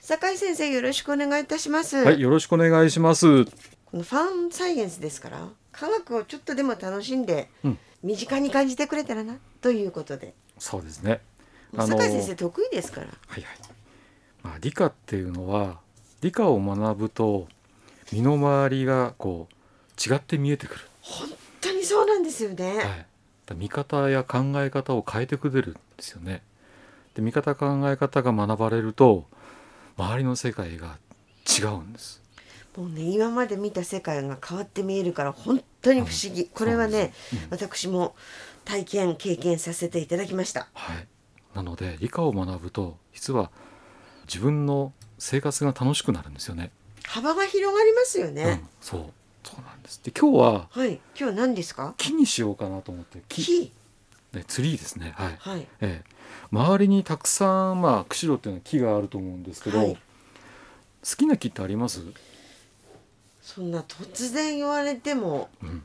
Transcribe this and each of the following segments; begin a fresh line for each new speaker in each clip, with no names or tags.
坂井先生よろしくお願いいたします、
はい、よろしくお願いします。
このファンサイエンスですから科学をちょっとでも楽しんで、
うん
身近に感じてくれたらなということで
そうですね。
もう
ー
坂井先生
はい
得意ですから
はい。まあ理科っていうのは理科を学ぶと身の回りがこう違って見えてくる。
本当にそうなんですよね、
はい。だから見方や考え方を変えてくれるんですよね。で見方考え方が学ばれると周りの世界が違うんです。
もうね今まで見た世界が変わって見えるから本当に不思議、これはね、
そうですうん
私も体験経験させていただきました
はい。なので理科を学ぶと実は自分の生活が楽しくなるんですよね。
幅が広がりますよ
うん
ね、、
そうそうなんです。で今日は
はい今日何ですか
木にしようかなと思って木
木
ね、ツリーですねはい、
はい
ええ、周りにたくさんまあ釧路っていうのは木があると思うんですけど、
はい
好きな木ってあります、
そんな突然言われても
うん、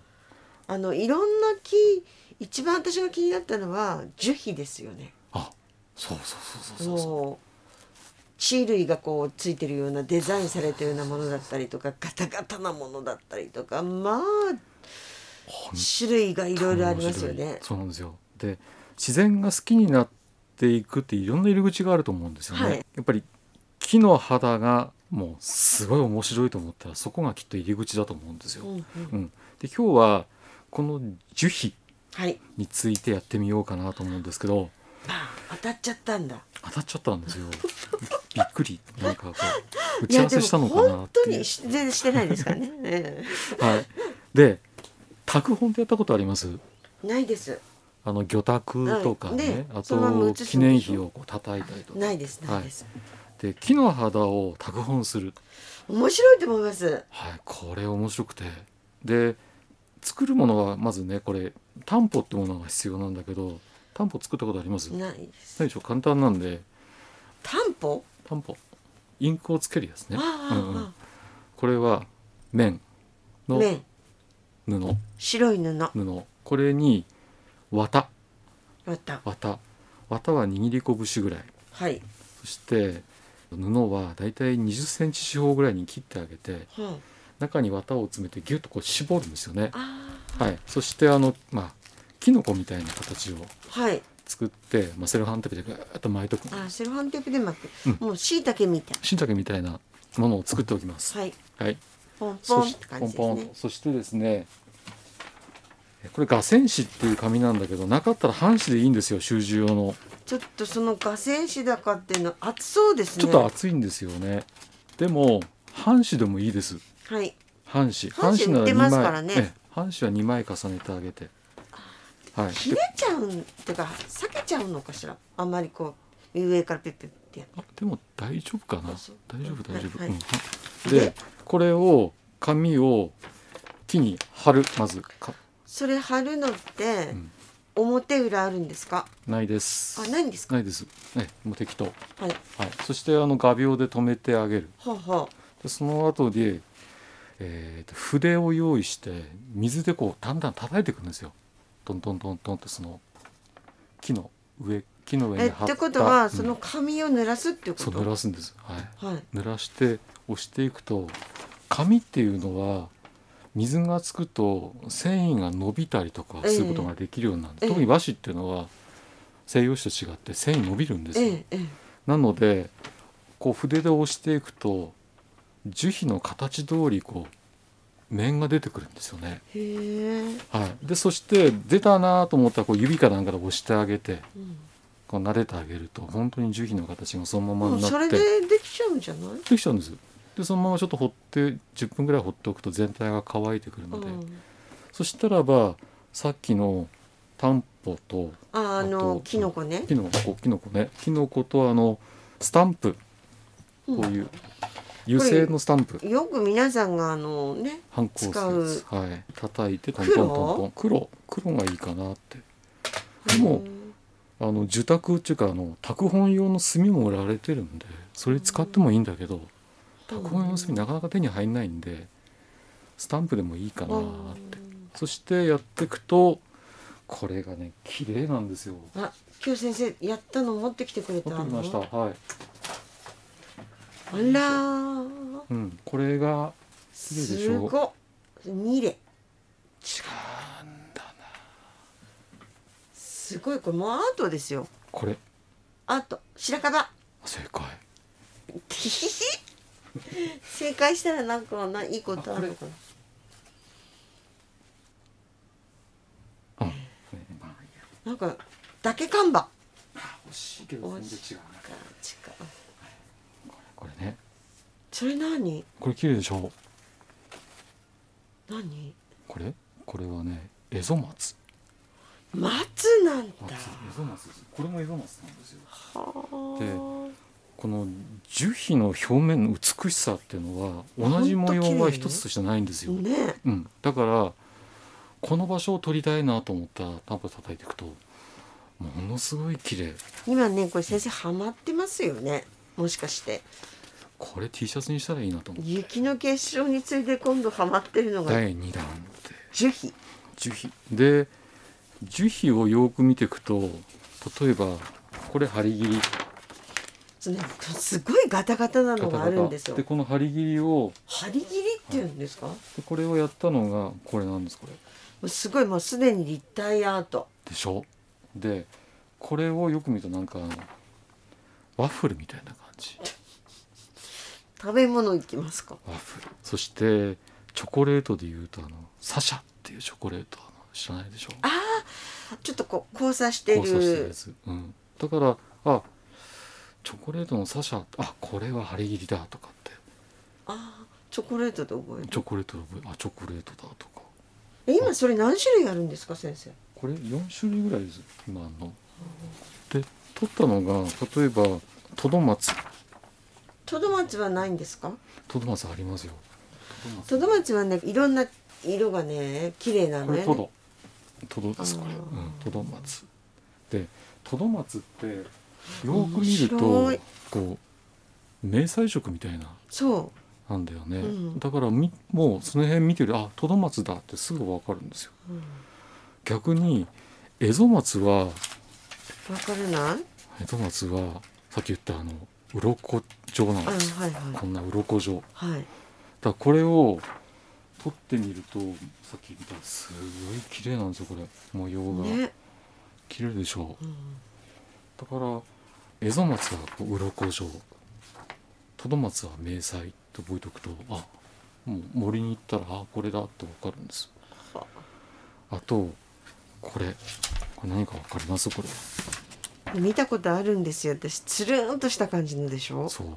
あのいろんな木一番私が気になったのは樹皮ですよね
あそうそうそうそうそう
もう地類がこうついてるようなデザインされたようなものだったりとかガタガタなものだったりとかまあ
ほん
種類がいろいろありますよ
面白
ね
いそうなんですよで自然が好きになっていくっていろんな入り口があると思うんですよね、
はい
やっぱり木の肌がもうすごい面白いと思ったらそこがきっと入り口だと思うんですよ、
うんうん
うん、で今日はこの樹皮
はい、
についてやってみようかなと思うんですけど
バン当たっちゃったんだ。
当たっちゃった んですよびっくりなんかこう打ち合わせしたのかなっ
本
て
当
いう
にし全然してないですからね。え
はい、で拓本ってやったことあります
えないです。
あの魚拓とか
はい
ね
ね、
あ
そのまま
と
写す
記
んでしょ
念碑をこう叩いたりとか
ないです。
は
ないです。
で木の肌を拓本する、
面白いと思います。
はい、これ面白くてで作るものはまずねこれ担保ってものが必要なんだけど担保作ったことありますな
ないです。
いでしょ簡単なんで
担保。
担保インクをつけるやつね、
あ
うんうん
あ
これは綿
ああ。
の
面。
布
白い布。わ
布これに綿
かった。
綿綿は握り拳ぐらい
はい。
そして布はだいたい2 0ンチ四方ぐらいに切ってあげて
うん。
中に綿を詰めてギュッとこう絞るんですよね、
あ
はい、そしてあの、まあ、キノコみたいな形を
あ。はい。
作って、まあ、セロハンテープでぐーっと巻いとく
ああ、セロハンテープで巻く。
うん
もう椎茸みたい。
しいたけみたいなものを作っておきます、
はい。
はい、
ポンポ
そ
ンっ
して
感
ポ
じで
ン
す
ポ
ね
ン。そしてですねこれ画線紙っていう紙なんだけどなかったら半紙でいいんですよ習字用の
ちょっとその河川紙だかっていうの熱そうですね。
ちょっと厚いんですよねでも半紙でもいいです
はい。
半紙
半紙売ってますからね
半紙なら二枚ええ半紙は2枚重ねてあげてはい
切
で
れちゃうんってか裂けちゃうのかしらあんまりこう上からピッピッってやっ
あでも大丈夫かな
あそう
大丈夫
は
大
い
丈夫、
はい
うんでこれを紙を木に貼るまずか
それ貼るのって、
うん
表裏あるんですか
ないです
あないんですか
ないです、ええもう適当
はい
はい、そしてあの画鋲で留めてあげる
ほうほ
でその後で、えーと筆を用意して水でこうだんだん叩いていくんですよトントントントンってその木の上木の
う
上
え
に貼
っ
った
てことは、
うん
その紙を濡らすっていうこ
そう
と
濡らすんです、はい、
はい
濡らして押していくと紙っていうのは水がつくと繊維が伸びたりとかすることができるようになるんです、
ええ
特に和紙っていうのは西洋紙と違って繊維伸びるんですよ、
ええええ
なのでこう筆で押していくと樹皮の形通りこう面が出てくるんですよね。
へえ、
はい、でそして出たなと思ったらこう指かなんかで押してあげて
うん
こう撫でてあげると本当に樹皮の形がそのまま
もう
にな
そ
っ
れ
てで
でできちゃうんじゃない、
きちゃうんです。でそのままちょっと放って10分ぐらい放っておくと全体が乾いてくる
う
ので、
ん、
そしたらばさっきのタンポと
ああ
あ
の
と
キノコね、
キノコキノコねキノコとあのスタンプ
う
こうんいう油性のスタンプ
よく皆さんがあのね
反抗するやつはい叩いてトントントントン黒黒がいいかなってでも
うん
あの受託っていうかあの拓本用の墨も売られてるんでそれ使ってもいいんだけど拓本用の墨なかなか手に入んないんでスタンプでもいいかなってそしてやっていくとこれがね綺麗なんですよ
あ今日先生やったの持ってきてくれた
持ってきましたはい
あら
うん、これが綺麗でし
す
ょ
ごっミレ
違うんだな
すごいこれもうアートですよ
これ
アート白樺
正解
ひひひ正解したらなんかないいことあるのかな
うん
なんかだけ看板が
惜しいけ
ど全然
違う
違う
なこれね
それ何
これ綺麗でしょ
何
これこれはねエゾマツ
松なんだ
ゾマツですこれもエゾマツなんですよ
は
この樹皮の表面の美しさっていうのは同じ模様は一つとしてないんです
あ
よ、
ねえ
うん、だからこの場所を撮りたいなと思ったらタンポ叩いていくとものすごい綺麗
今ねこれ先生ハマってますよねもしかして
これ T シャツにしたらいいなと思って
雪の結晶に次いで今度ハマってるのが
第2弾って
樹皮
樹皮で樹皮をよく見ていくと例えばこれ針切り
そのすごいガタガタなのがあるんですよ
でこの針切りを
張り切りっていうんですか、も
でこれをやったのがこれなんですこれ
うすごいもうすでに立体アート
でしょでこれをよく見るとなんかあのワッフルみたいな感じ
食べ物いきますか
ワッフルそしてチョコレートでいうとあのサシャっていうチョコレートあの知らないでしょ
ああちょっとこう交差してる
交差してるやつ、うん、だからあチョコレートのサシャあこれは針切りだとかって
ああチョコレートで覚え
チョコレートの部あチョコレートだとか
るえ今それ何種類あるんですか先生
これ4種類ぐらいです今あんので取ったのが例えばトドマツ
トドマツはないんですか
トドマツありますよ
トドマツはねいろんな色がね綺麗な
こ
の
れ
よ
ト
ね
ドトドですこれ、
あ
う
ー
ん、トドマツでトドマツってよーく見る
面白
と
い
こう迷彩色みたいな
そ
なんだよね、
うん
だからみもうその辺見てるあトドマツだってすぐ分かるんですよ
う、うん、
逆にエゾマツは
分からない
エゾマツはさっき言ったあの鱗状なん
あ
ですよ
はいは
こんな鱗状だか
いはい
らこれを取ってみるとさっき見たすごい綺麗なんですよこれ模様が、
ね、
綺麗でしょ
うん、
だからエゾマツはこう鱗状トドマツは迷彩って覚えておくとあもう森に行ったらあこれだって分かるんです
は
あとこれこれ何か分かりますこれ
見たことあるんですよ私つるんとした感じのでしょ
そう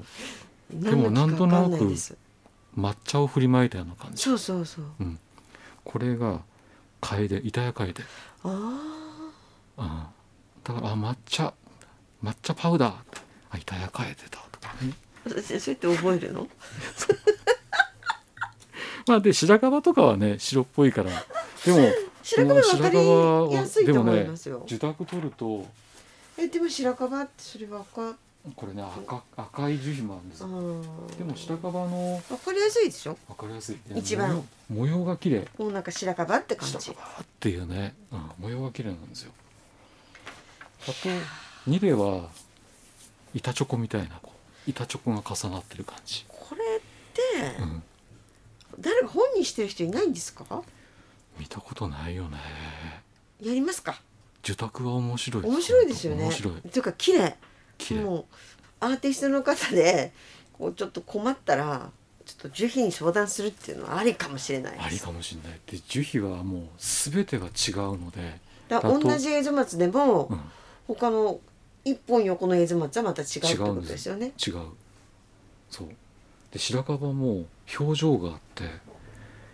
何の
でもなんと
木か
なく
わかいです
抹茶を振りまいたような感じ
そうそうそう
うん、これが楓板谷楓
あ
あだからあ抹茶抹茶パウダーあ板谷楓だとかね
あ先生って覚えるの
まあで白樺とかはね白っぽいからでも
白樺分かりやすいと思いますよ、
受託取ると
えでも白樺ってそれ分かっ
これね赤赤い樹皮もあるんです
あ
よ
ー
でも白樺の
分かりやすいでしょ
分かりやすい
一番
模様模様が綺麗
もうなんか白樺って感
下
じ
がバーっていうね、うん、模様が綺麗なんですよあとニレは板チョコみたいなこう板チョコが重なってる感じ、
これって
うん、
誰か本にしてる人いないんですか
見たことないよね
やりますか
受託は面白い
面白いですよね
面白い
というか綺麗
綺麗
もうアーティストの方でこうちょっと困ったらちょっと樹皮に相談するっていうのはありかもしれない
あ
で
り
す
かもしれないで樹皮はもう全てが違うので、
だから同じエゾマツでも、
うん、
他の一本横のエズマツはまた違うってことですよね。
違うそうで白樺も表情があって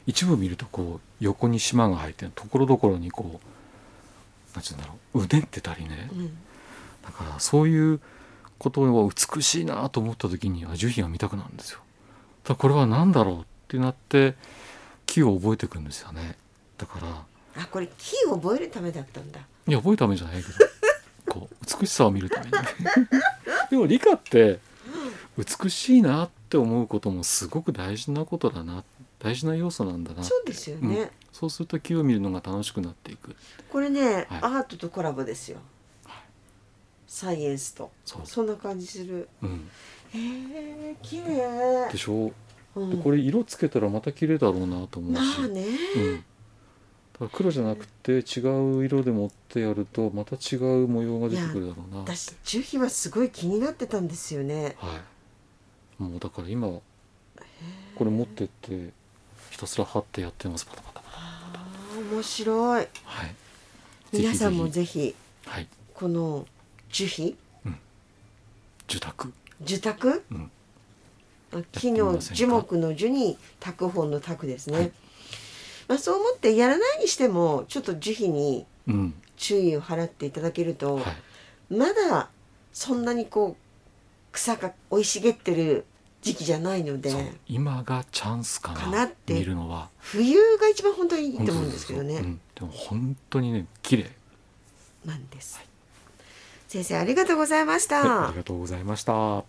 一部見るとこう横に島が入ってるところどころにこうなんて言うんだろううねってたりね
うん、
だからそういうことは美しいなと思った時にあ樹皮が見たくなるんですよただこれは何だろうってなって木を覚えていくんですよねだから
あこれ木を覚えるためだったんだ。
いや覚えためじゃないけど こう美しさを見るために でも理科って美しいなって思うこともすごく大事なことだな大事な要素なんだな
そうですよね。
うんそうすると木を見るのが楽しくなっていく
これね、
はい
アートとコラボですよ。サイエンスと
そう
そんな感じする。
うん、
へえ綺麗
でしょ
う
で
ん
これ色つけたらまた綺麗だろうなと思う
ま
し、
あ
うん、だ
ね、
から黒じゃなくて違う色で持ってやるとまた違う模様が出てくるだろうなって
私樹皮はすごい気になってたんですよね
はいもうだから今これ持ってってひたすら貼ってやってますパタパタパタ
あー面白い
はい
皆さんも
ぜ
ぜひ
ひはい
この樹皮
受託
樹卓、
うん
木
やってみ
の
ませんか
樹木の樹に拓本の拓ですね、
はい
まあ、そう思ってやらないにしてもちょっと樹皮に
うん
注意を払っていただけると、
はい
まだそんなにこう草が生い茂ってる時期じゃないので
そう今がチャンスかな
かなって
見るのは
冬が一番本当にいいと思うんですけどね、
うん、でも本当にね綺麗
なんです、先生ありがとうございました、
はいありがとうございました